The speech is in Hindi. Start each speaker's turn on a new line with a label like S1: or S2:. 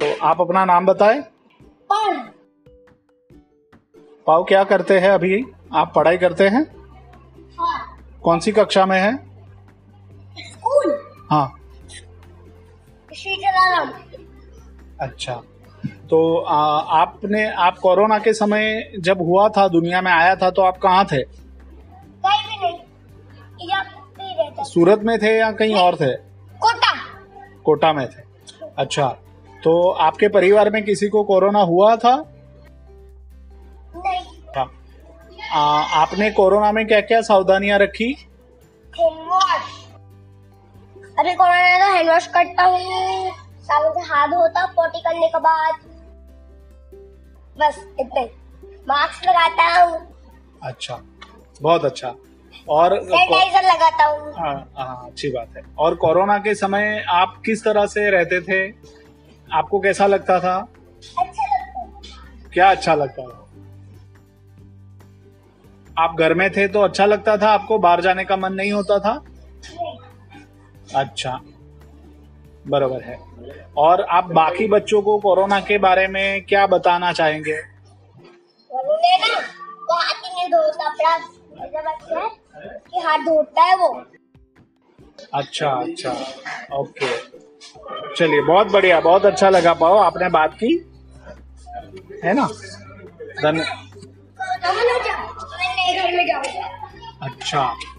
S1: तो आप अपना नाम बताएं
S2: पर
S1: पाओ क्या करते हैं अभी आप पढ़ाई करते हैं
S2: हाँ
S1: कौन सी कक्षा में है
S2: स्कूल
S1: हाँ
S2: श्री जलाराम
S1: अच्छा तो आ, आपने आप कोरोना के समय जब हुआ था दुनिया में आया था तो आप कहाँ थे
S2: कहीं भी नहीं यहाँ पे ही रहता था।
S1: सूरत में थे या कहीं और थे
S2: कोटा
S1: कोटा में थे अच्छा तो आपके परिवार में किसी को कोरोना हुआ था
S2: नहीं
S1: हाँ। आ, आपने कोरोना में क्या क्या सावधानियां रखी
S2: हैंडवॉश अरे कोरोना तो हैंड वॉश करता हूँ साबुन से हाथ धोता हूँ पोटी करने के बाद बस इतना मास्क लगाता हूँ
S1: अच्छा बहुत अच्छा और
S2: सैनिटाइजर लगाता हूँ
S1: हाँ हाँ, अच्छी बात है और कोरोना के समय आप किस तरह से रहते थे आपको कैसा लगता था
S2: अच्छा लगता है
S1: क्या अच्छा लगता था आप घर में थे तो अच्छा लगता था आपको बाहर जाने का मन नहीं होता था अच्छा बराबर है और आप बाकी बच्चों को कोरोना के बारे में क्या बताना चाहेंगे
S2: उन्होंने ना वो हाथ ही नहीं धोता अपना ऐसा बच्चा है कि हाथ धोता है वो
S1: अच्छा अच्छा ओके चलिए बहुत बढ़िया बहुत अच्छा लगा पाओ आपने बात की है ना धन्य
S2: तो मैं नहीं जाऊँ मैं नहीं घर में जाऊँ
S1: अच्छा